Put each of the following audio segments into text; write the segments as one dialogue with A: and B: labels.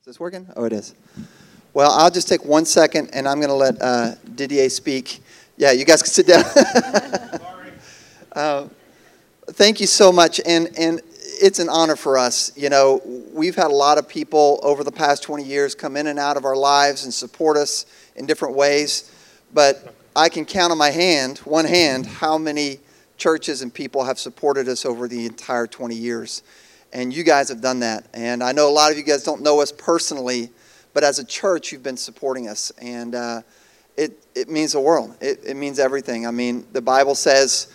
A: Is this working? Oh, it is. Well, I'll just take one second, and I'm going to let uh, Didier speak. Yeah, you guys can sit down. Uh, Thank you so much, and, and it's an honor for us. You know, we've had a lot of people over the past 20 years come in and out of our lives and support us in different ways, but I can count on my hand, one hand, how many churches and people have supported us over the entire 20 years. And you guys have done that. And I know a lot of you guys don't know us personally, but as a church, you've been supporting us. And uh, it, it means the world. It, it means everything. I mean, the Bible says,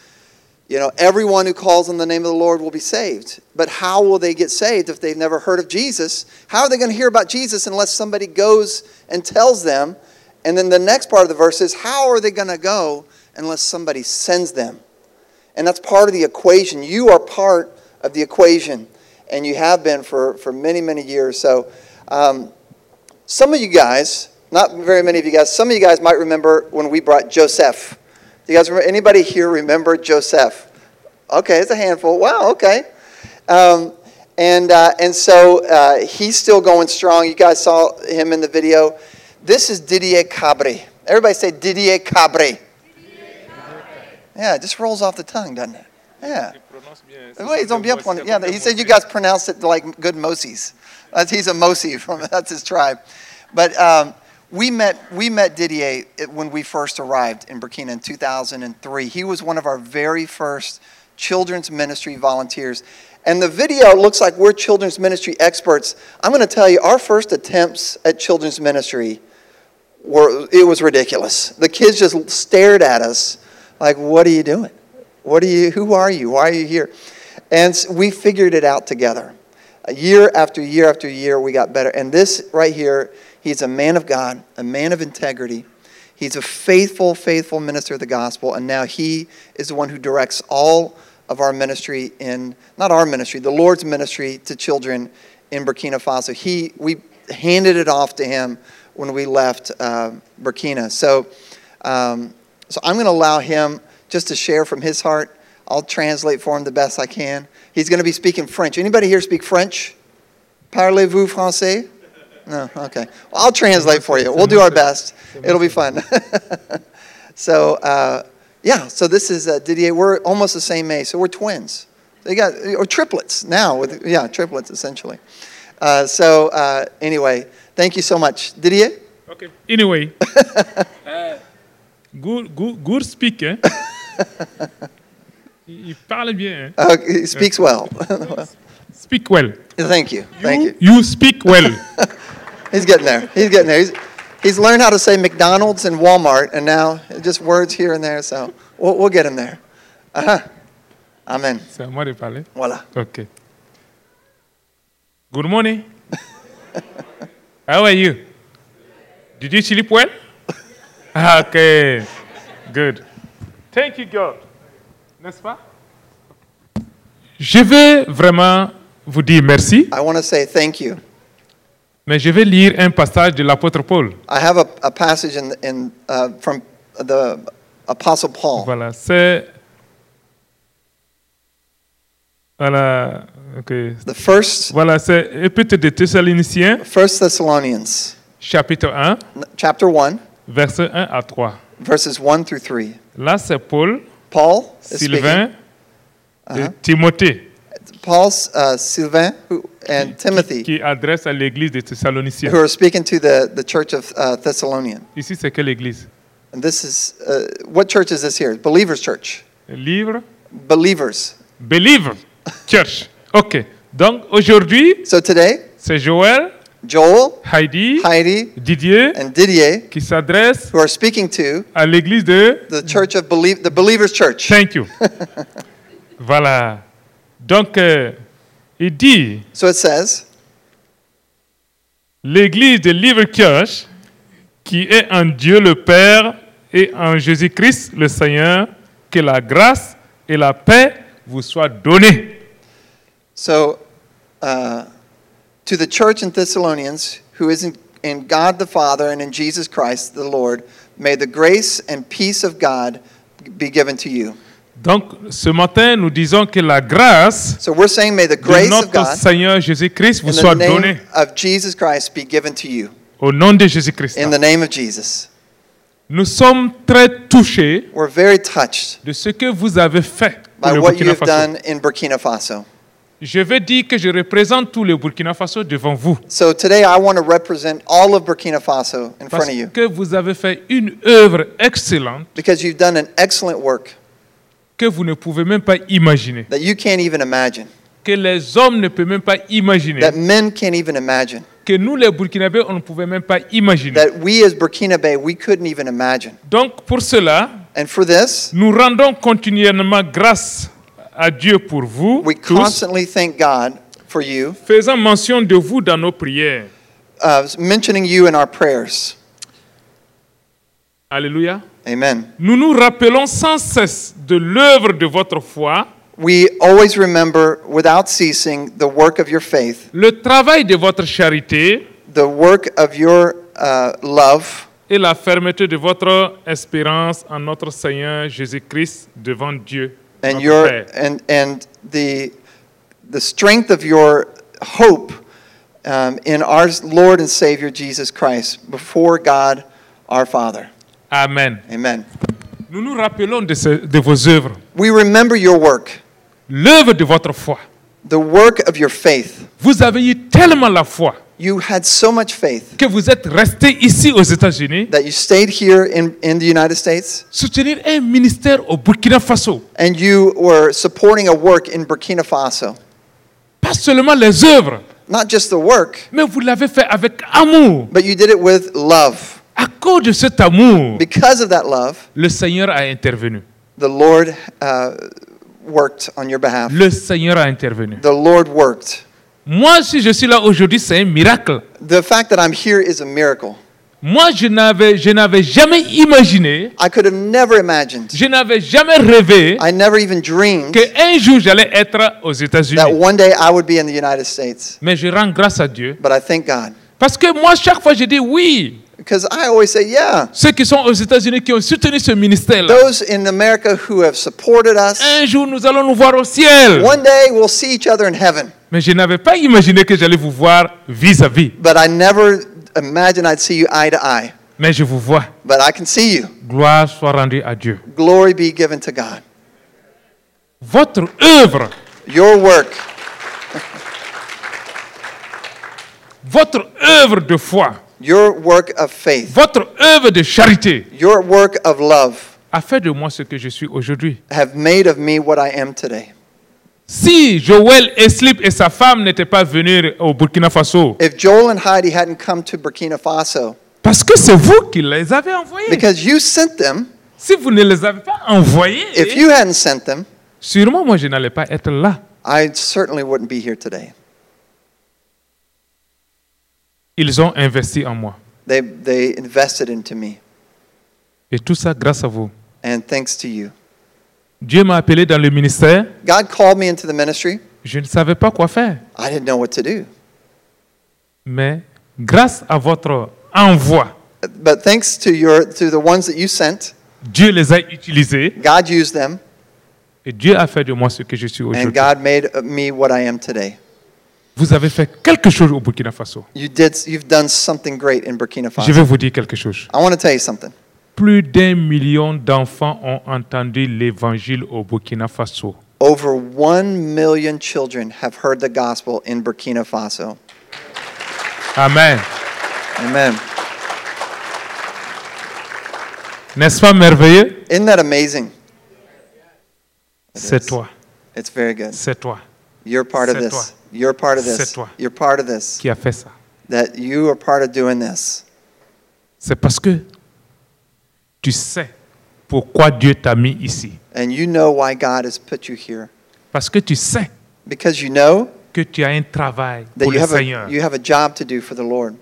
A: you know, everyone who calls on the name of the Lord will be saved. But how will they get saved if they've never heard of Jesus? How are they going to hear about Jesus unless somebody goes and tells them? And then the next part of the verse is, how are they going to go unless somebody sends them? And that's part of the equation. You are part of the equation, and you have been for, for many, many years. So, um, some of you guys, not very many of you guys, some of you guys might remember when we brought Joseph. Do you guys remember? Anybody here remember Joseph? Okay, it's a handful. Wow, okay. Um, and, uh, and so uh, he's still going strong. You guys saw him in the video. This is Didier Cabri. Everybody say Didier Cabri. Yeah, it just rolls off the tongue, doesn't it? Yeah. Oui, ils ont bien prononcé. Yeah, he said you guys pronounce it like good Moses. That's, he's a Mosi from that's his tribe. But um, we met we met Didier it- when we first arrived in Burkina in 2003. He was one of our very first children's ministry volunteers. And the video looks like we're children's ministry experts. I'm going to tell you, our first attempts at children's ministry were it was ridiculous. The kids just stared at us like, "What are you doing? What are you? Who are you? Why are you here?" And s- we figured it out together. Uh, Year after year after year, we got better. And this right here, he's a man of God, a man of integrity. He's a faithful, faithful minister of the gospel, and now he is the one who directs all of our ministry in not our ministry, the Lord's ministry to children in Burkina Faso. He we handed it off to him when we left uh, Burkina. So, um, so I'm going to allow him just to share from his heart. I'll translate for him the best I can. He's going to be speaking French. Anybody here speak French? Parlez-vous français? No, okay. Well, I'll translate for you. We'll do our best. It'll be fun. so, uh, yeah, so this is uh, Didier. We're almost the same age, so we're twins. They got or triplets now. With yeah, triplets essentially. Uh, so uh, anyway, thank you so much, Didier.
B: Okay. Anyway, good, good, good speaker. il il parle bien. hein.
A: Uh, he speaks well.
B: Speak well.
A: thank you, thank you.
B: You speak well.
A: He's getting there. He's getting there. He's, he's learned how to say McDonald's and Walmart, and now just words here and there. So we'll, we'll get him there. Uh-huh. Amen.
B: C'est à moi de parler.
A: Voilà.
B: Okay. Good morning. How are you? Did you sleep well? Ah, Okay. Good. Thank you, God. N'est-ce pas? Je vais vraiment vous dire merci,
A: I want to say thank you.
B: mais je vais lire un passage de l'apôtre Paul.
A: I have a, a passage in, in, uh, from the Apostle Paul.
B: Voilà, c'est. Voilà, ok.
A: The first,
B: Voilà, c'est Épître de Thessaloniciens,
A: first Thessalonians,
B: chapitre 1,
A: n- chapter 1,
B: versets 1 à 3.
A: verses 1 through 3.
B: Là, c'est Paul,
A: Paul is
B: Sylvain et Timothée
A: speaking. Paul, uh, Sylvain, who, and Timothy,
B: qui adressent à l'église de
A: who
B: Thessaloniciens.
A: are speaking to the, the church of uh, Thessalonian.
B: Ici, c'est quelle église
A: And this is, uh, what church is this here? Believers Church.
B: Livre,
A: Believers.
B: Believer Church. Ok. Donc, aujourd'hui,
A: So today,
B: c'est Joël,
A: Joel,
B: Heidi,
A: Heidi,
B: Didier
A: and Didier,
B: qui s'adressent
A: who are speaking to
B: à l'église de
A: the church of Belie- the Believers Church.
B: Thank you. voilà. Donc, euh, il dit
A: So it says,
B: l'église de Livercurch, qui est en Dieu le Père et en Jésus-Christ le Seigneur, que la grâce et la paix vous soient données.
A: so uh, to the church in Thessalonians, who is in, in God the Father and in Jesus Christ the Lord, may the grace and peace of God be given to you.
B: Donc, ce matin, nous disons que la grâce
A: So we're saying, may the
B: de
A: grace of
B: notre
A: God
B: Seigneur Jésus-Christ vous
A: in the
B: soit donnée
A: name of Jesus Christ be given to you.
B: au nom de Jésus-Christ.
A: In the name of Jesus.
B: Nous sommes très touchés
A: We're very touched
B: de ce que vous avez fait pour
A: by
B: le
A: what you
B: Burkina
A: have
B: Faso.
A: done in Burkina Faso.
B: Je veux dire que je représente tout le Burkina Faso devant vous
A: So today I want to represent all of Burkina Faso in
B: parce
A: front of you
B: que vous avez fait une œuvre excellente
A: because you've done an excellent work
B: que vous ne pouvez même pas imaginer,
A: that you can't even imagine,
B: que les hommes ne peuvent même pas imaginer,
A: that men can't even imagine,
B: que nous les Burkinabés, on ne pouvait même pas imaginer.
A: that we as Burkina Bay, we couldn't even imagine.
B: Donc pour cela,
A: And for this,
B: nous rendons continuellement grâce à Dieu pour vous
A: we
B: tous,
A: constantly thank God for you,
B: faisant mention de vous dans nos prières.
A: uh, mentioning you in our prayers.
B: Alléluia.
A: Amen.
B: Nous nous rappelons sans cesse de l'œuvre de votre foi,
A: We always remember without ceasing the work of your faith,
B: le travail de votre charité
A: the work of your uh, love,
B: et la fermeté de votre espérance en notre Seigneur Jésus-Christ devant Dieu.
A: and
B: notre
A: your
B: Père.
A: and and the the strength of your hope um, in our Lord and Savior Jesus Christ before God our Father.
B: Amen.
A: Amen.
B: Nous nous rappelons de, ce- de vos œuvres,
A: We remember your work,
B: l'œuvre de votre foi.
A: the work of your faith.
B: Vous avez eu tellement la foi
A: You had so much faith
B: que vous êtes resté ici aux États-Unis,
A: that you stayed here in, in the United States
B: soutenir un ministère au Burkina Faso.
A: and you were supporting a work in Burkina Faso.
B: Pas seulement les œuvres,
A: Not just the work,
B: mais vous l'avez fait avec amour.
A: but you did it with love.
B: À cause de cet amour,
A: Because of that love,
B: le Seigneur a intervenu.
A: the Lord uh, worked on your behalf.
B: Le Seigneur a intervenu.
A: The Lord worked.
B: Moi, si je suis là aujourd'hui, c'est un miracle.
A: The fact that I'm here is a miracle.
B: Moi, je n'avais, je n'avais jamais imaginé,
A: I could have never imagined.
B: je n'avais jamais rêvé
A: I never even dreamed
B: qu'un jour j'allais être aux
A: that
B: États-Unis.
A: one day I would be in the United States.
B: Mais je rends grâce à Dieu.
A: But I thank God
B: Parce que moi, chaque fois, je dis oui.
A: because I always say, yeah,
B: Ceux qui sont aux États-Unis, qui ont soutenu ce ministère-là,
A: those in America who have supported us,
B: un jour, nous allons nous voir au ciel.
A: one day we'll see each other in heaven.
B: Mais je n'avais pas imaginé que j'allais vous voir vis-à-vis.
A: But I never imagined I'd see you eye to eye.
B: Mais je vous vois.
A: But I can see you.
B: Gloire soit rendue à Dieu.
A: Glory be given to God.
B: Votre œuvre,
A: Your work,
B: votre œuvre de foi,
A: your work of faith,
B: votre œuvre de charité
A: your work of love
B: a fait de moi ce que je suis aujourd'hui.
A: have made of me what I am today.
B: Si Joël Eslip et sa femme n'étaient pas venus au Burkina Faso,
A: If Joel and Heidi hadn't come to Burkina Faso,
B: parce que c'est vous qui les avez envoyés.
A: because you sent them,
B: Si vous ne les avez pas
A: if
B: envoyés,
A: you hadn't sent them,
B: sûrement moi je n'allais pas être là.
A: I certainly wouldn't be here today.
B: Ils ont investi en moi.
A: They, they invested into me,
B: Et tout ça grâce à vous.
A: and thanks to you.
B: Dieu m'a appelé dans le ministère.
A: God called me into the ministry.
B: Je ne savais pas quoi faire.
A: I didn't know what to do.
B: Mais grâce à votre envoi,
A: But thanks to, your, to the ones that you sent,
B: Dieu les a utilisés
A: God used them,
B: et Dieu a fait de moi ce que je suis
A: and
B: aujourd'hui.
A: God made of me what I am today.
B: Vous avez fait quelque chose au Burkina Faso.
A: You did, you've done something great in Burkina
B: Je
A: Faso.
B: vais vous dire quelque chose.
A: I want to tell you something.
B: Plus d'un million d'enfants ont entendu l'évangile au Burkina Faso.
A: Over 1 million children have heard the gospel in Burkina Faso.
B: Amen.
A: Amen.
B: N'est-ce pas merveilleux
A: Isn't that amazing?
B: C'est toi,
A: It's very good.
B: c'est toi
A: You're part of
B: C'est
A: this.
B: toi.
A: You're part of
B: C'est
A: this.
B: toi.
A: You're part of this.
B: qui a fait ça.
A: That you are part of doing this.
B: C'est parce que tu sais pourquoi Dieu t'a mis ici.
A: And you know why God has put you here.
B: Parce que tu sais
A: Because you know
B: que tu as un travail
A: that
B: pour
A: you
B: le
A: have, a,
B: Seigneur.
A: you have a job to do for the Lord.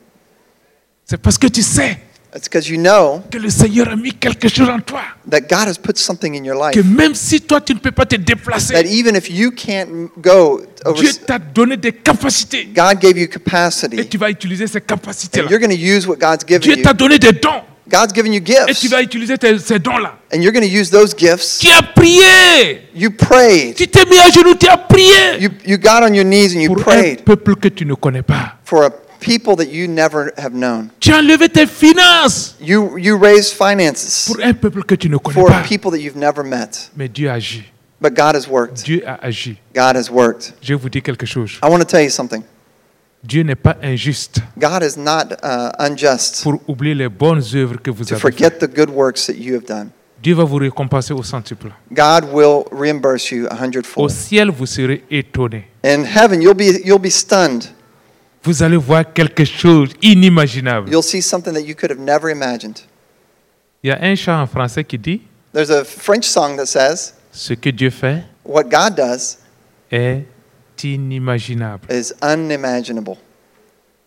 B: C'est parce que tu sais
A: It's because you know
B: que le Seigneur a mis quelque chose en toi.
A: that God has put something in your life.
B: Que même si toi, tu ne peux pas te
A: That
B: déplacer,
A: even if you can't go over,
B: Dieu t'a donné des capacités.
A: God gave you
B: Et
A: capacity.
B: tu vas utiliser ces
A: And you're
B: capacités-là.
A: going to use what God's given
B: Dieu
A: you.
B: t'a donné des dons.
A: God's given you
B: Et tu
A: gifts,
B: vas utiliser tes- ces dons-là.
A: and you're going to use those gifts.
B: Tu as prié.
A: You prayed.
B: Tu t'es mis à genoux, tu as prié.
A: You, you got on your knees and you
B: Pour un
A: prayed
B: peuple que tu ne connais pas.
A: for a people that you never have known.
B: Tu as levé tes finances
A: You, you raised finances
B: pour un peuple que tu ne connais
A: for
B: pas.
A: a people that you've never met.
B: Mais Dieu agit.
A: But God has worked.
B: Dieu a agi.
A: God has worked.
B: Je vais vous dire quelque chose.
A: I want to tell you something.
B: Dieu n'est pas injuste
A: God is not uh, unjust
B: pour oublier les bonnes œuvres que vous
A: to
B: avez faites.
A: forget the good works that you have done.
B: Dieu va vous récompenser au centuple.
A: God will reimburse you a
B: Au
A: hundredfold.
B: ciel, vous serez étonnés.
A: In heaven, you'll be, you'll be stunned.
B: Vous allez voir quelque chose inimaginable.
A: You'll see something that you could have never imagined.
B: Il y a un chant en français qui dit
A: There's a French song that says,
B: Ce que Dieu fait
A: What God does
B: est inimaginable.
A: is unimaginable.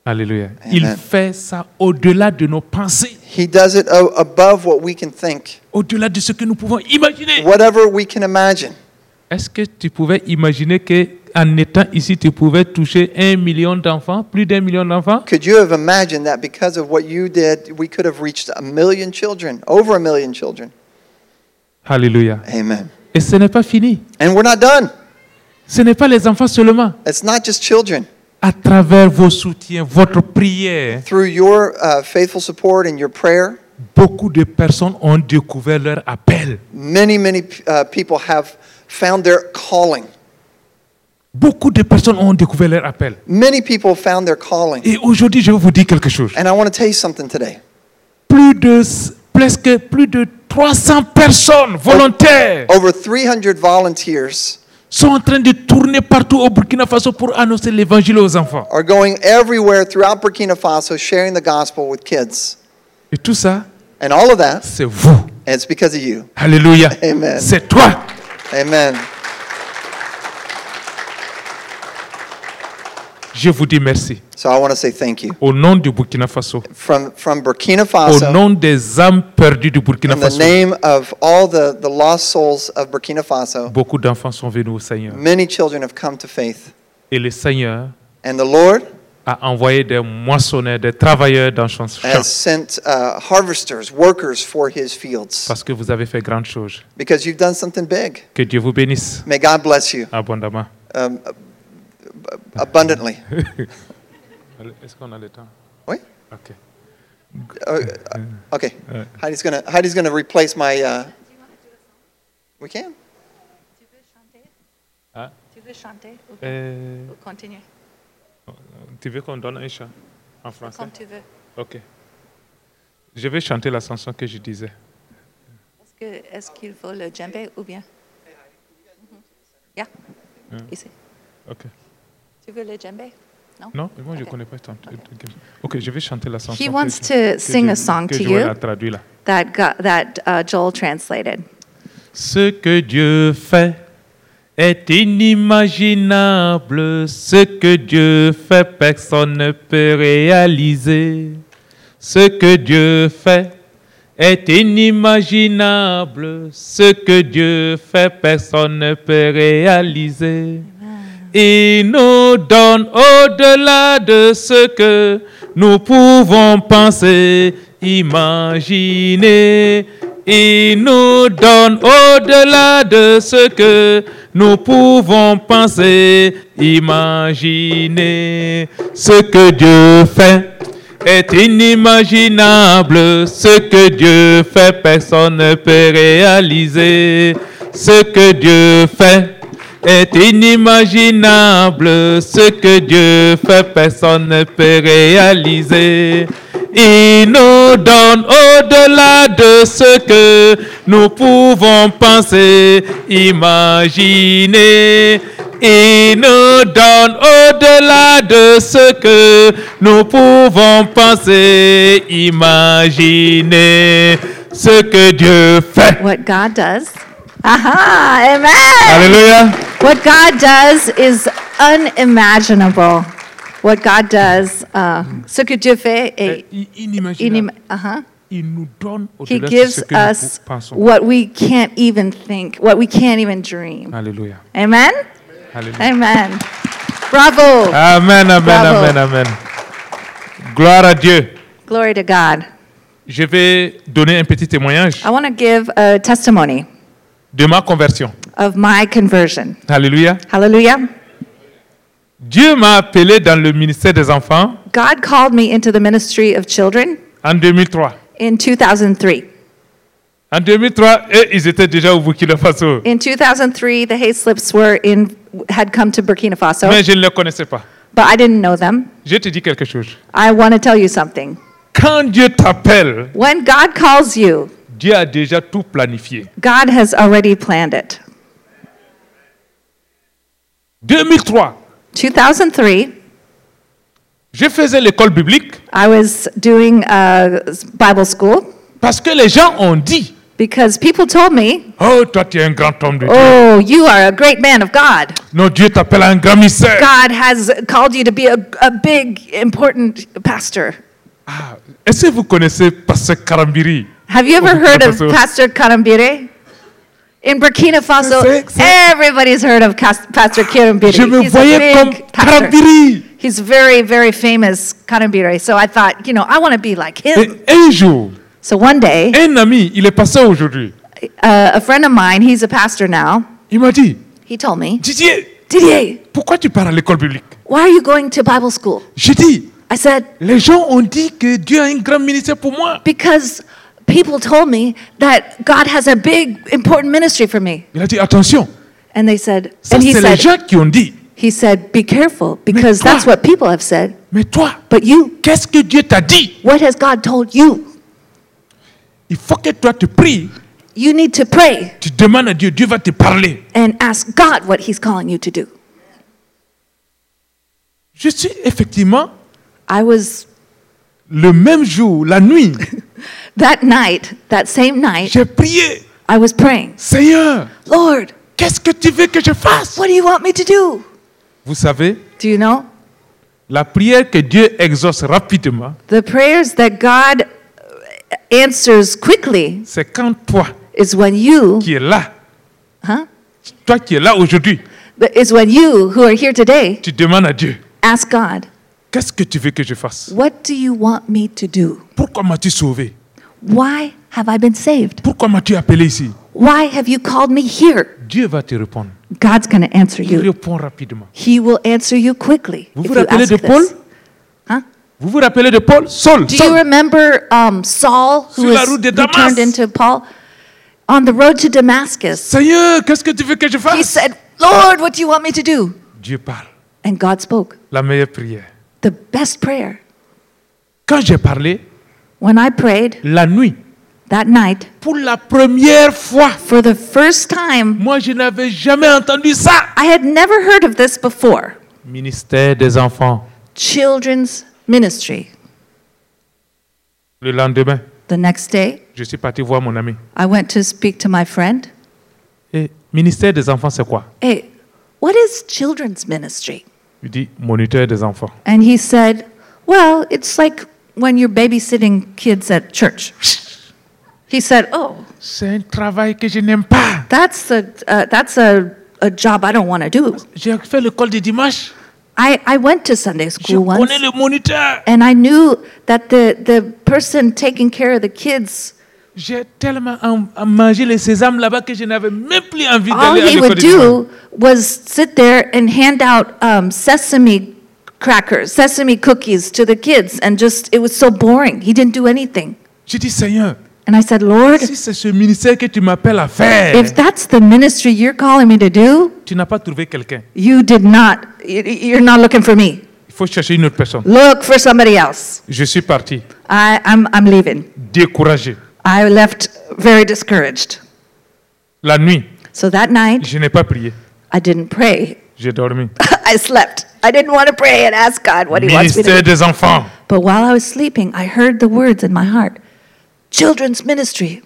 B: Alléluia.
A: Amen.
B: Il fait ça au-delà de nos pensées,
A: He does it o- above what we can think,
B: au-delà de ce que nous pouvons imaginer.
A: whatever we can imagine.
B: Est-ce que tu pouvais imaginer que en étant ici, tu pouvais toucher un million d'enfants, plus d'un million d'enfants
A: Could you have imagined that because of what you did, we could have reached a million children, over a million children?
B: Alléluia.
A: Amen.
B: Et ce n'est pas fini.
A: And we're not done.
B: Ce n'est pas les enfants seulement.
A: It's not just children.
B: À travers vos soutiens, votre prière,
A: Through your uh, faithful support and your prayer,
B: beaucoup de personnes ont découvert leur appel.
A: many, many uh, people have found their calling.
B: Beaucoup de personnes ont découvert leur appel.
A: Many people found their calling.
B: Et aujourd'hui, je vais vous dire quelque chose.
A: And I want to tell you something today.
B: Plus de presque plus de 300 personnes volontaires
A: Over 300 volunteers
B: sont en train de tourner partout au Burkina Faso pour annoncer l'évangile aux enfants.
A: are going everywhere throughout Burkina Faso sharing the gospel with kids.
B: Et tout ça,
A: And all of that,
B: c'est vous.
A: and it's because of you.
B: Alléluia.
A: Amen.
B: C'est toi.
A: Amen.
B: Je vous dis merci.
A: So I want to say thank you.
B: Au nom du Burkina Faso.
A: From, from Burkina
B: Au
A: Faso,
B: nom des âmes perdues du Burkina
A: in the
B: Oh, Faso.
A: name of all the, the lost souls of Burkina Faso,
B: Beaucoup d'enfants sont venus au Seigneur.
A: many children have come to faith.
B: Et le Seigneur
A: And the Lord
B: a envoyé des moissonneurs, des travailleurs dans son champ.
A: has sent uh, harvesters, workers for his fields.
B: Parce que vous avez fait grande chose.
A: Because you've done something big.
B: Que Dieu vous bénisse
A: May God bless you
B: abondamment.
A: um, ab- abundantly.
B: Est-ce qu'on a le temps
A: Oui.
B: Ok.
A: Uh, okay. Heidi's going to Heidi's gonna replace my. Uh, we can.
C: Tu veux chanter
B: Ah.
C: Tu veux chanter ou
B: Euh,
C: ou continuer
B: tu veux qu'on donne un chant en français
C: Comme tu veux.
B: Ok. Je vais chanter la chanson que je disais.
C: Est-ce que- Est-ce qu'il faut le djembé ou bien
B: Mm-hmm.
C: Mhm. Yeah.
B: Mm.
C: Ici.
B: Ok.
C: Tu veux le djembé Non
B: Non, moi je
C: Ok.
B: connais pas tant. Euh, Ok, je vais chanter la chanson.
C: He
B: que-
C: wants to
B: que
C: sing
B: je-
C: a song
B: que
C: to
B: je vais
C: you.
B: la traduire là.
C: That, got, that uh, Joel translated.
B: Ce que Dieu fait est inimaginable. Ce que Dieu fait, personne ne peut réaliser. Ce que Dieu fait est inimaginable. Ce que Dieu fait, personne ne peut réaliser. Il nous donne au-delà de ce que nous pouvons penser, imaginer. Il nous donne au-delà de ce que nous pouvons penser, imaginer. Ce que Dieu fait est inimaginable. Ce que Dieu fait, personne ne peut réaliser. Ce que Dieu fait est inimaginable. Ce que Dieu fait, personne ne peut réaliser. Il nous donne au-delà de ce que nous pouvons penser, imaginer. Il nous donne au-delà de ce que nous pouvons penser, imaginer ce que Dieu fait.
C: What God does. Aha! Amen!
B: Alléluia.
C: What God does is unimaginable. What God does, uh,
B: Mm.
C: ce que Dieu fait est
B: Inimaginable.
C: inima- uh-huh.
B: Il nous donne
C: He
B: au-delà de
C: gives
B: ce que nous
C: us
B: pensons.
C: what we can't even think, what we can't even dream.
B: Alléluia.
C: Amen?
B: Alléluia.
C: Amen. Bravo.
B: Amen, amen,
C: Bravo.
B: amen, amen. Gloire à Dieu.
C: Glory to God.
B: Je vais donner un petit témoignage
C: I want to give a testimony
B: de ma conversion.
C: of my conversion.
B: Alléluia.
C: Hallelujah.
B: Dieu m'a appelé dans le ministère des enfants
C: God called me into the ministry of children
B: en 2003.
C: in 2003.
B: En 2003, eux, ils étaient déjà au Burkina Faso,
C: In 2003, the hay slips were in, had come to Burkina
B: mais
C: Faso,
B: je ne les connaissais pas.
C: but I didn't know them.
B: Je te dis quelque chose.
C: I want to tell you something.
B: Quand Dieu t'appelle,
C: When God calls you,
B: Dieu a déjà tout planifié.
C: God has already planned it.
B: 2003,
C: 2003,
B: je faisais l'école biblique
C: I was doing uh, Bible school
B: parce que les gens ont dit
C: because people told me,
B: Oh, toi, tu es un grand homme de Dieu.
C: oh, you are a great man of God.
B: Non, Dieu t'appelle à un grand mystère.
C: God has called you to be a, a big, important pastor.
B: Ah, Est-ce que vous connaissez Pasteur Karambiri
C: Have you
B: Oh,
C: ever heard of
B: Faso.
C: Pastor Karambire? In Burkina Faso,
B: C'est- c'est-
C: everybody's heard of Cas- Pastor Karambire.
B: Je me
C: He's a
B: voyais comme
C: big pastor.
B: Karambiri.
C: He's very, very famous, Karambire. So I thought, you know, I want to be like
B: Et
C: him.
B: un jour,
C: So one day,
B: un ami, il est passé aujourd'hui.
C: uh, a friend of mine, he's a pastor now,
B: Il m'a dit
C: he told me,
B: Didier,
C: Didier,
B: pourquoi tu pars à l'école biblique
C: why are you going to Bible school?
B: J'ai dit
C: I said,
B: Les gens ont dit que Dieu a un grand ministère pour moi.
C: because people told me that God has a big, important ministry for me.
B: Il a dit Attention,
C: And they said,
B: ça,
C: and he
B: c'est les
C: said,
B: gens qui ont dit.
C: he said, be careful because
B: toi-
C: that's what people have said.
B: Mais toi,
C: But you,
B: qu'est-ce que Dieu t'a dit
C: what has God told you?
B: Il faut que toi, tu pries,
C: You need to pray
B: tu demandes à Dieu, Dieu va te parler.
C: and ask God what he's calling you to do.
B: Je suis effectivement
C: I was
B: le même jour, la nuit,
C: that night, that same night,
B: j'ai prié.
C: I was praying,
B: Seigneur,
C: Lord,
B: qu'est-ce que tu veux que je fasse
C: what do you want me to do?
B: Vous savez,
C: Do you know?
B: la prière que Dieu exauce rapidement,
C: The prayers that God uh, answers quickly
B: c'est quand toi
C: is when you,
B: qui es là,
C: huh?
B: toi qui es là aujourd'hui,
C: Is when you who are here today
B: tu demandes à Dieu,
C: ask God,
B: qu'est-ce que tu veux que je fasse
C: what do you want me to do?
B: Pourquoi m'as-tu sauvé
C: Why have I been saved?
B: Pourquoi m'as-tu appelé ici
C: Why have you called me here?
B: Dieu va te répondre.
C: God's going to answer
B: Il
C: you.
B: répond rapidement.
C: He will answer you quickly.
B: Vous
C: if
B: vous
C: you
B: rappelez
C: ask
B: de Paul
C: this. Huh?
B: Vous vous rappelez de Paul Saul,
C: Hein? Do
B: Saul.
C: you remember um, Saul who,
B: Sur la
C: is-
B: route de
C: who turned
B: Damas.
C: into Paul on the road to Damascus?
B: Seigneur, qu'est-ce que tu veux que je
C: He
B: fasse
C: said, "Lord, what do you want me to do?"
B: Dieu parle.
C: And God spoke
B: La meilleure prière.
C: the best prayer.
B: Quand j'ai parlé,
C: When I prayed
B: la nuit,
C: that night,
B: pour la première fois,
C: for the first time,
B: moi je n'avais jamais entendu ça.
C: I had never heard of this before.
B: Ministère des enfants.
C: Children's ministry.
B: Le lendemain,
C: The next day,
B: je suis parti voir mon ami.
C: I went to speak to my friend.
B: Et ministère des enfants, c'est quoi
C: Hey, what is children's ministry?
B: Il dit moniteur des enfants.
C: And he said, Well, it's like when you're babysitting kids at church. He said, Oh,
B: C'est un travail que je n'aime pas.
C: that's a, uh, that's a, a job I don't want to do.
B: J'ai fait l'école de dimanche.
C: I, I went to Sunday school once,
B: connais le moniteur.
C: and I knew that the, the person taking care of the kids,
B: J'ai tellement en- en mangé les sésames là-bas que je n'avais même plus envie
C: all
B: d'aller à
C: he
B: l'école
C: would
B: de dimanche.
C: do was sit there and hand out um, sesame crackers, sesame cookies to the kids, and just, it was so boring. He didn't do anything.
B: J'ai dit Seigneur,
C: And I said, Lord,
B: si c'est ce ministère que tu m'appelles à faire,
C: If that's the ministry you're calling me to do,
B: tu n'as pas trouvé quelqu'un.
C: you did not, y- y- you're not looking for me.
B: Il faut chercher une autre personne.
C: Look for somebody else.
B: Je suis parti,
C: I, I'm, I'm leaving.
B: découragé.
C: I left very discouraged.
B: La nuit,
C: So that night,
B: je n'ai pas prié.
C: I didn't pray.
B: J'ai dormi.
C: I slept. I didn't want to pray and ask God what He wants me to
B: Ministère
C: do.
B: des enfants.
C: But while I was sleeping, I heard the words in my heart Children's ministry.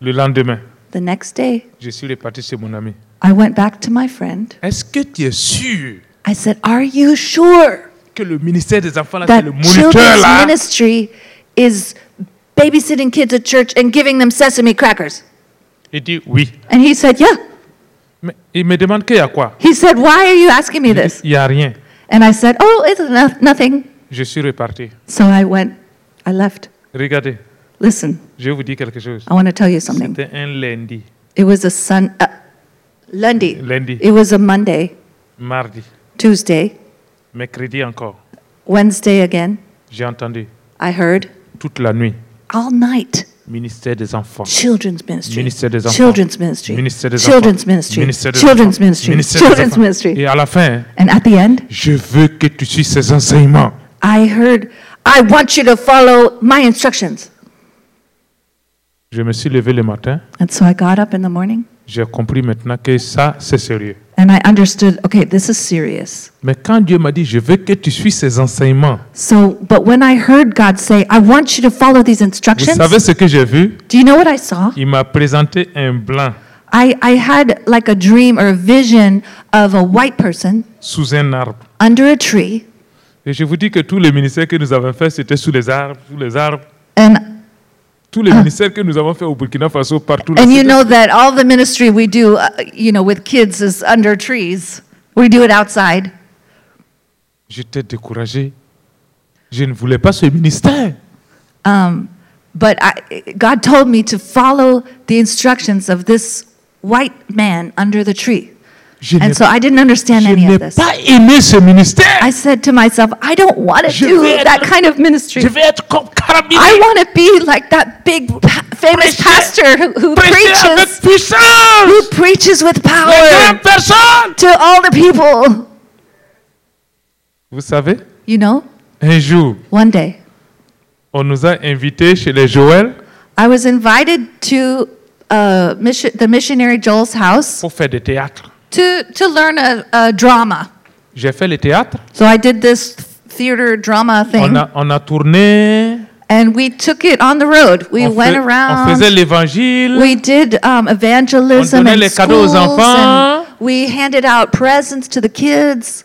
B: Le lendemain,
C: The next day,
B: je suis reparti chez mon ami.
C: I went back to my friend.
B: Est-ce que tu es sûr
C: I said, Are you sure?
B: que le ministère des enfants, là, c'est
C: that
B: le moniteur
C: children's
B: là
C: ministry is babysitting kids at church and giving them sesame crackers.
B: Il dit oui.
C: And he said, Yeah.
B: Mais il me demande qu'il y a quoi
C: He said, Why are you asking me this?
B: Il n'y a rien.
C: And I said, Oh, it's no- nothing.
B: Je suis reparti.
C: So I went, I left.
B: Regardez,
C: Listen,
B: Je vais vous dire quelque chose.
C: I want to tell you something.
B: C'était un lundi,
C: It was a sun, uh, Lundi.
B: Lundi.
C: It was a Monday,
B: mardi,
C: Tuesday,
B: mercredi encore.
C: Wednesday again.
B: J'ai entendu
C: I heard
B: toute la nuit,
C: all night
B: ministère des enfants.
C: children's ministry,
B: Ministère des enfants.
C: children's ministry,
B: Ministère des
C: children's
B: enfants.
C: ministry,
B: Ministère des
C: children's
B: enfants.
C: ministry,
B: Ministère des
C: children's
B: enfants.
C: ministry.
B: Et à la fin,
C: And at the end,
B: je veux que tu suis ces enseignements.
C: I heard, I want you to follow my instructions.
B: Je me suis levé le matin.
C: And so I got up in the morning
B: J'ai compris maintenant que ça, c'est sérieux.
C: and I understood, okay, this is serious.
B: Mais quand Dieu m'a dit, je veux que tu suis ces enseignements,
C: So, but when I heard God say, I want you to follow these
B: vous
C: instructions,
B: savez ce que j'ai vu
C: do you know what I saw?
B: Il m'a présenté un blanc
C: I, I had like a dream or a vision of a white person
B: sous un arbre.
C: under a tree,
B: Et je vous dis que tous les ministères que nous avons faits, c'était sous les arbres, sous les arbres.
C: and
B: Tous les ministères que nous avons faits au Burkina Faso, partout. là,
C: Ah. and you
B: c'était-
C: know that all the ministry we do, uh, you know, with kids is under trees. We do it outside.
B: J'étais découragé. Je ne voulais pas ce ministère.
C: Um, but I, God told me to follow the instructions of this white man under the tree,
B: Je n'ai
C: and so I didn't understand
B: je
C: any
B: n'ai
C: of this.
B: pas aimé ce ministère.
C: I said to myself, I don't want to
B: Je
C: do
B: vais être-
C: that kind of ministry.
B: Je vais être comme Carabine.
C: I want to be like that big pa- famous
B: Prêcher.
C: pastor who, who
B: Prêcher avec
C: preaches
B: puissance.
C: who preaches with
B: Les
C: power
B: grandes personnes.
C: to all the people.
B: Vous savez,
C: You know,
B: un jour,
C: one day
B: on nous a invités chez les Joël
C: I was invited to uh, mission, the missionary Joel's house
B: pour faire des théâtres.
C: to, to learn a, a drama.
B: J'ai fait le théâtre.
C: So I did this theater drama
B: On
C: thing,
B: a, on a tourné.
C: and we took it on the road. We
B: on,
C: went
B: fais- on
C: around.
B: faisait l'évangile.
C: We did um, evangelism
B: donnait
C: in
B: les
C: schools.
B: cadeaux aux enfants.
C: and we handed out presents to the kids.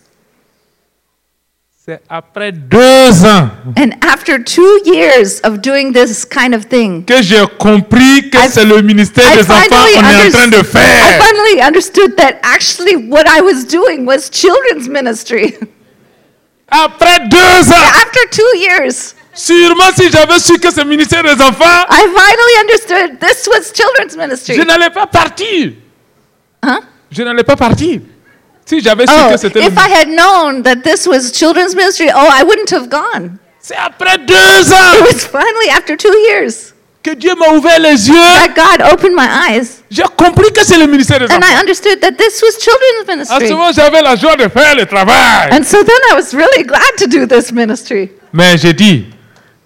B: C'est après deux ans
C: And after two years of doing this kind of thing,
B: que j'ai compris que
C: I-
B: c'est le ministère
C: I
B: des enfants
C: finally,
B: qu'on est en
C: underst-
B: train de faire.
C: I finally understood that actually what I was doing was children's ministry.
B: Après deux ans,
C: after two years,
B: sûrement si j'avais su que c'est le ministère des enfants,
C: I finally understood this was children's ministry.
B: je n'allais pas partir.
C: Huh?
B: Je n'allais pas partir. Si j'avais su
C: Hein? Oh,
B: que c'était le
C: if I had known that this was children's ministry, oh, I wouldn't have gone.
B: C'est après deux ans
C: It was finally after two years
B: que Dieu m'a ouvert les yeux.
C: that God opened my eyes
B: J'ai compris que c'est le ministère des
C: and
B: enfants.
C: I understood that this was children's
B: À ce
C: ministry.
B: moment, j'avais la joie de faire le travail.
C: And so then I was really glad to do this ministry.
B: Mais j'ai dit,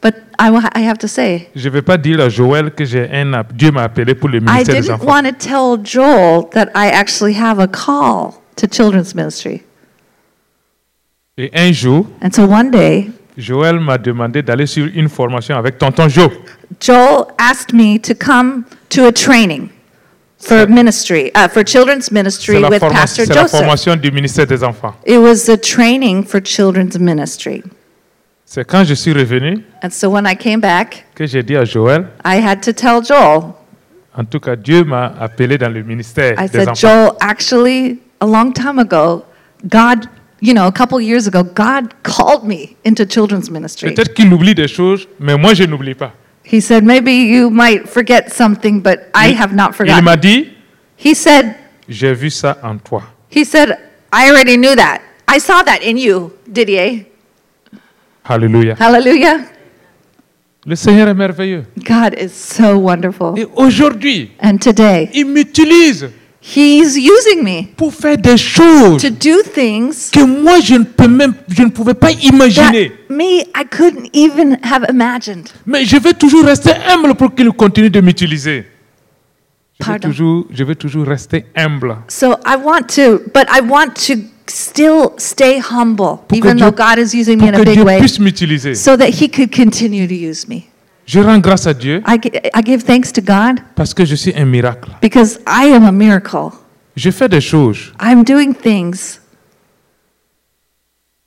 C: But I, wa- I have to say,
B: je ne vais pas dire à Joël que j'ai un app- Dieu m'a appelé pour le
C: I
B: ministère des
C: didn't
B: enfants.
C: want to tell Joel that I actually have a call to children's ministry.
B: Et un jour,
C: And so one day,
B: Joël m'a demandé d'aller sur une formation avec tonton Joe.
C: Joel asked me to come to a training for ministry, uh, for children's
B: C'est
C: ministry
B: la,
C: with
B: forma-
C: Pastor
B: c'est la
C: Joseph.
B: formation du ministère des enfants.
C: It was a training for children's ministry.
B: C'est quand je suis revenu
C: And so when I came back,
B: que j'ai dit à Joël,
C: I had to tell Joel.
B: en tout cas, Dieu m'a appelé dans le ministère
C: I
B: des
C: said,
B: enfants.
C: Joel, actually, a long time ago, God, you know, a couple years ago, God called me into children's ministry.
B: Peut-être qu'il oublie des choses, mais moi, je n'oublie pas.
C: He said, Maybe you might forget something, but I
B: Il-
C: have not
B: Il
C: forgotten.
B: m'a dit,
C: He said,
B: j'ai vu ça en toi.
C: He said, I already knew that. I saw that in you, Didier.
B: Alléluia.
C: Hallelujah.
B: Le Seigneur est merveilleux.
C: God is so wonderful.
B: Et aujourd'hui,
C: And today,
B: il m'utilise
C: He's using me
B: pour faire des choses
C: to do things
B: que moi, je ne, peux même, je ne pouvais pas imaginer.
C: that me, I couldn't even have imagined.
B: Mais je vais toujours rester humble pour qu'il continue de m'utiliser. Je vais,
C: Pardon.
B: toujours, je vais toujours rester humble.
C: So I want to, but I want to still stay humble,
B: Pour que
C: even
B: Dieu-
C: though God is using me
B: Pour
C: in a
B: que
C: big
B: Dieu
C: way,
B: puisse m'utiliser.
C: so that He could continue to use me.
B: Je rends grâce à Dieu
C: I, gi- I give thanks to God.
B: parce que je suis un miracle.
C: Because I am a miracle.
B: Je fais des choses
C: I'm doing things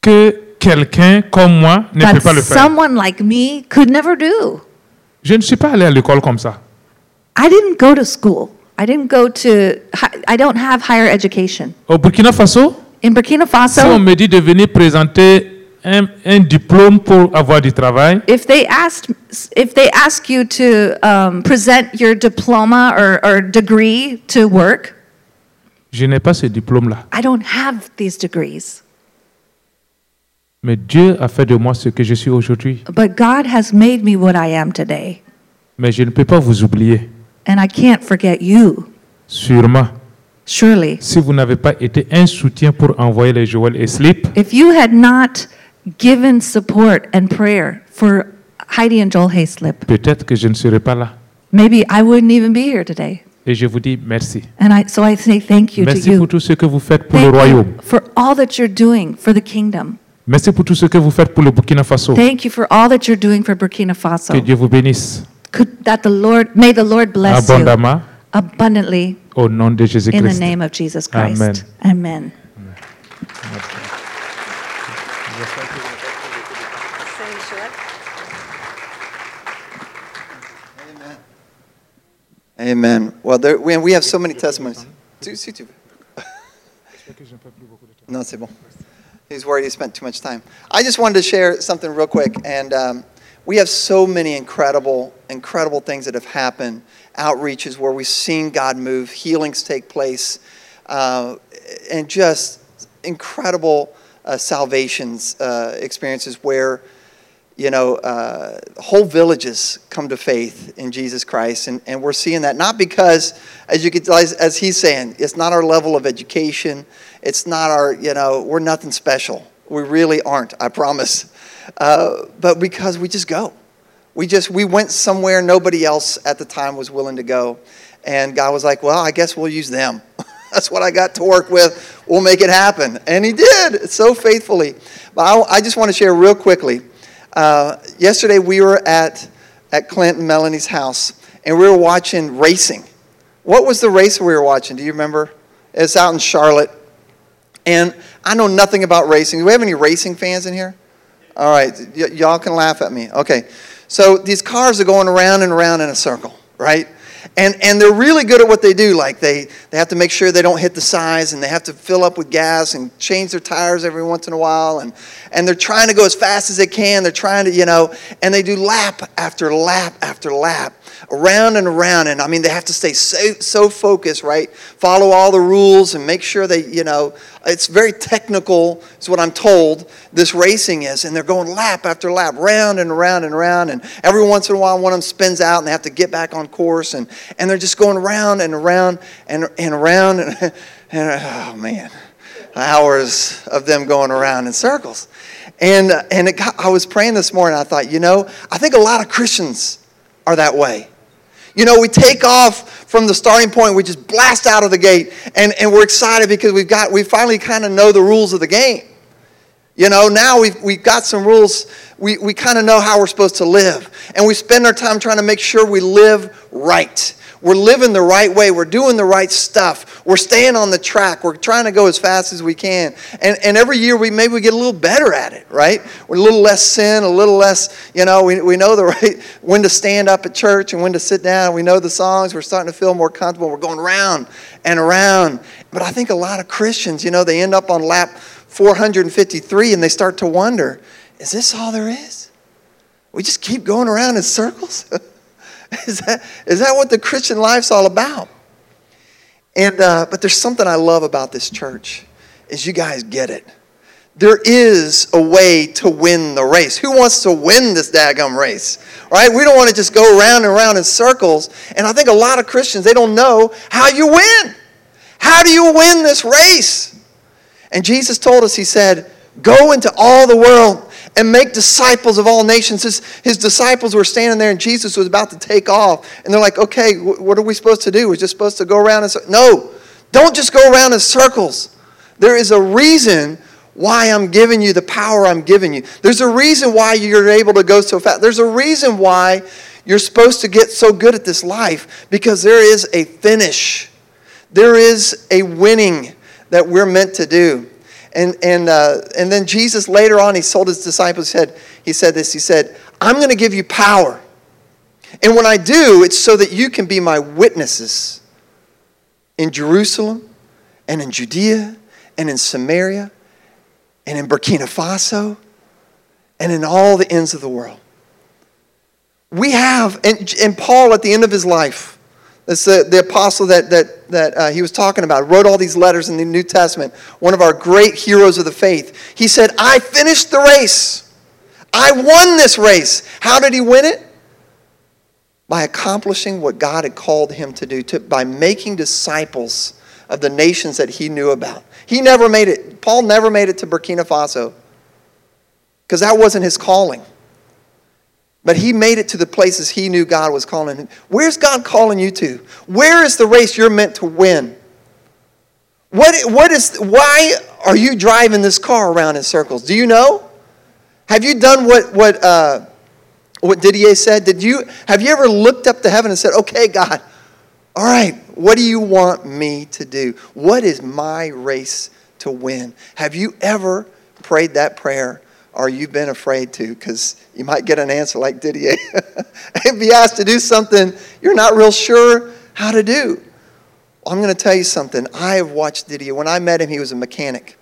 B: que quelqu'un comme moi ne peut
C: that
B: pas le faire.
C: someone like me could never do.
B: Je ne suis pas allé à l'école comme ça.
C: I didn't go to school. I didn't go to, hi- I don't have higher education.
B: Au Burkina Faso,
C: In Burkina
B: si on
C: Faso,
B: me dit de venir présenter un, un diplôme pour avoir du travail,
C: If they asked, if they ask you to um, present your diploma or, or degree to work,
B: je n'ai pas ce diplôme-là.
C: I don't have these degrees.
B: Mais Dieu a fait de moi ce que je suis aujourd'hui.
C: But God has made me what I am today,
B: Mais je ne peux pas vous oublier.
C: and I can't forget you,
B: Sûrement,
C: surely.
B: si vous n'avez pas été un soutien pour envoyer les Joël et Slip,
C: If you had not given support and prayer for Heidi and Joel Hayslip,
B: peut-être que je ne serais pas là.
C: maybe I wouldn't even be here today.
B: Et je vous dis merci.
C: And I, so I say thank you to
B: Merci
C: you.
B: pour tout ce que vous faites pour le
C: Thank
B: royaume.
C: you for all that you're doing for the kingdom.
B: Merci pour tout ce que vous faites pour le Burkina Faso.
C: Thank you for all that you're doing for Burkina
B: Que
C: Faso.
B: Dieu vous bénisse
C: Could, that the Lord, may the Lord bless you
B: abondamment
C: abundantly
B: au nom de
C: in the
B: Jésus-Christ.
C: name of Jesus Christ.
B: Amen.
C: Amen.
A: Amen. Well, there, we, we have so many testimonies. Tu- si tu veux. No, c'est bon. He's worried he spent too much time. I just wanted to share something real quick. And um, we have so many incredible, incredible things that have happened. Outreaches where we've seen God move, healings take place, uh, and just incredible uh, salvations uh, experiences where you know, uh, whole villages come to faith in Jesus Christ, and, and we're seeing that not because, as you could, as, as he's saying, it's not our level of education, it's not our, you know, we're nothing special. We really aren't. I promise, uh, but because we just go, we just we went somewhere nobody else at the time was willing to go, and God was like, well, I guess we'll use them. That's what I got to work with. We'll make it happen, and He did so faithfully. But I, I just want to share real quickly. Uh, yesterday we were at, at Clint and Melanie's house and we were watching racing. What was the race we were watching? Do you remember? It's out in Charlotte. And I know nothing about racing. Do we have any racing fans in here? All right, y- y'all can laugh at me. Okay, so these cars are going around and around in a circle, right? And and they're really good at what they do. Like they they have to make sure they don't hit the sides, and they have to fill up with gas and change their tires every once in a while, and and they're trying to go as fast as they can. They're trying to you know, and they do lap after lap after lap. Around and around, and I mean, they have to stay so, so focused, right? Follow all the rules and make sure they, you know, it's very technical, is what I'm told this racing is. And they're going lap after lap, round and round and round. And every once in a while, one of them spins out and they have to get back on course. And, and they're just going round and around and, and around. And, and oh, man, hours of them going around in circles. And, and it got, I was praying this morning. I thought, you know, I think a lot of Christians are that way. You know, we take off from the starting point, we just blast out of the gate, and, and we're excited because we've got, we finally kind of know the rules of the game. You know, now we've, we've got some rules. We, we kind of know how we're supposed to live. And we spend our time trying to make sure we live right. We're living the right way. We're doing the right stuff. We're staying on the track. We're trying to go as fast as we can. And, and every year, we maybe we get a little better at it, right? We're a little less sin, a little less, you know, we, we know the right, when to stand up at church and when to sit down. We know the songs. We're starting to feel more comfortable. We're going round and around. But I think a lot of Christians, you know, they end up on lap 453 and they start to wonder is this all there is? We just keep going around in circles? is, that, is that what the Christian life's all about? And, uh, but there's something I love about this church is you guys get it. There is a way to win the race. Who wants to win this daggum race? Right? We don't want to just go round and round in circles. And I think a lot of Christians, they don't know how you win. How do you win this race? And Jesus told us, He said, Go into all the world and make disciples of all nations. His, his disciples were standing there, and Jesus was about to take off. And they're like, Okay, wh- what are we supposed to do? We're just supposed to go around in circles. No, don't just go around in circles. There is a reason why I'm giving you the power I'm giving you. There's a reason why you're able to go so fast. There's a reason why you're supposed to get so good at this life because there is a finish there is a winning that we're meant to do. And, and, uh, and then Jesus later on, he told his disciples, said, he said this, he said, I'm going to give you power. And when I do, it's so that you can be my witnesses in Jerusalem and in Judea and in Samaria and in Burkina Faso and in all the ends of the world. We have, and, and Paul at the end of his life, that's the, the apostle that, that, that uh, he was talking about, wrote all these letters in the New Testament, one of our great heroes of the faith. He said, I finished the race. I won this race. How did he win it? By accomplishing what God had called him to do, to, by making disciples of the nations that he knew about. He never made it, Paul never made it to Burkina Faso because that wasn't his calling. But he made it to the places he knew God was calling him. Where's God calling you to? Where is the race you're meant to win? What, what is, why are you driving this car around in circles? Do you know? Have you done what, what, uh, what Didier said? Did you, have you ever looked up to heaven and said, okay, God, all right, what do you want me to do? What is my race to win? Have you ever prayed that prayer? or you've been afraid to because you might get an answer like Didier. and be asked to do something you're not real sure how to do. Well, I'm going to tell you something. I have watched Didier. When I met him, he was a mechanic.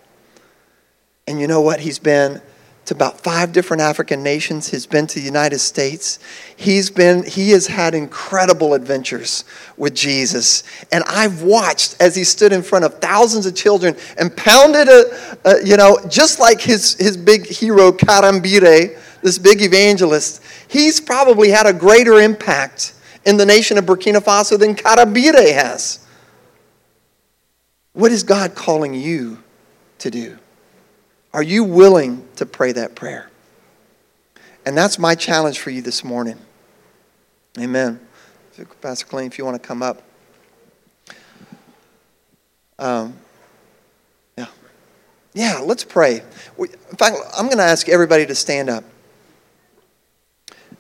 A: And you know what? He's been to about five different African nations. He's been to the United States. He's been, he has had incredible adventures with Jesus. And I've watched as he stood in front of thousands of children and pounded a, a you know, just like his, his big hero, Karambire, this big evangelist, he's probably had a greater impact in the nation of Burkina Faso than Karambire has. What is God calling you to do? Are you willing to pray that prayer? And that's my challenge for you this morning. Amen. Pastor Clean, if you want to come up. Um, yeah. Yeah, let's pray. We, in fact, I'm going to ask everybody to stand up.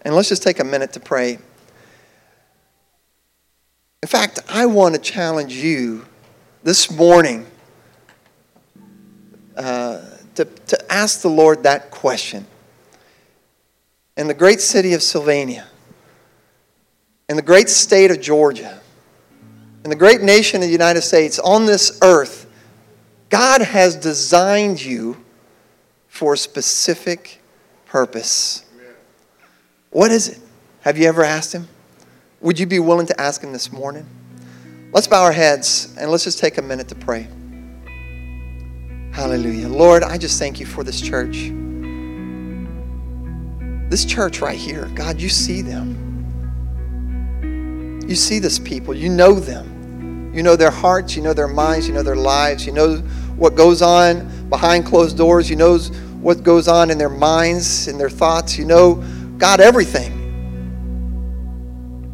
A: And let's just take a minute to pray. In fact, I want to challenge you this morning. Uh, to, to ask the Lord that question. In the great city of Sylvania, in the great state of Georgia, in the great nation of the United States, on this earth, God has designed you for a specific purpose. What is it? Have you ever asked Him? Would you be willing to ask Him this morning? Let's bow our heads and let's just take a minute to pray. Hallelujah. Lord, I just thank you for this church. This church right here, God, you see them. You see this people. You know them. You know their hearts. You know their minds. You know their lives. You know what goes on behind closed doors. You know what goes on in their minds, in their thoughts. You know, God, everything.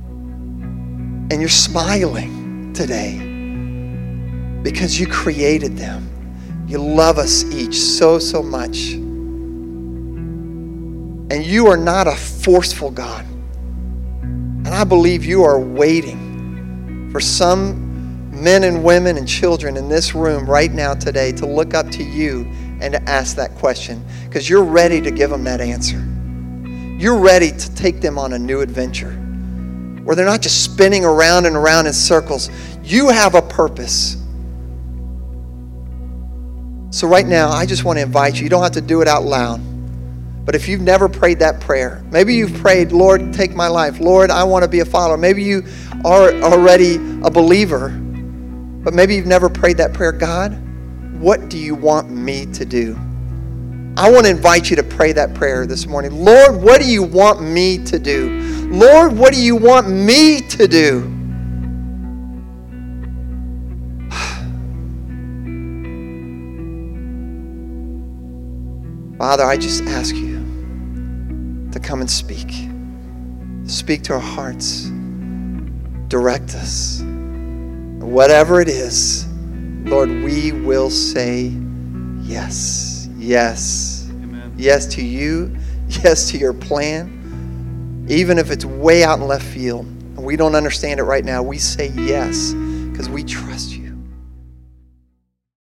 A: And you're smiling today because you created them. You love us each so, so much. And you are not a forceful God. And I believe you are waiting for some men and women and children in this room right now today to look up to you and to ask that question because you're ready to give them that answer. You're ready to take them on a new adventure where they're not just spinning around and around in circles. You have a purpose. So, right now, I just want to invite you. You don't have to do it out loud. But if you've never prayed that prayer, maybe you've prayed, Lord, take my life. Lord, I want to be a follower. Maybe you are already a believer, but maybe you've never prayed that prayer. God, what do you want me to do? I want to invite you to pray that prayer this morning. Lord, what do you want me to do? Lord, what do you want me to do? Father, I just ask you to come and speak. Speak to our hearts. Direct us. Whatever it is, Lord, we will say yes. Yes. Amen. Yes to you. Yes to your plan. Even if it's way out in left field and we don't understand it right now, we say yes because we trust you.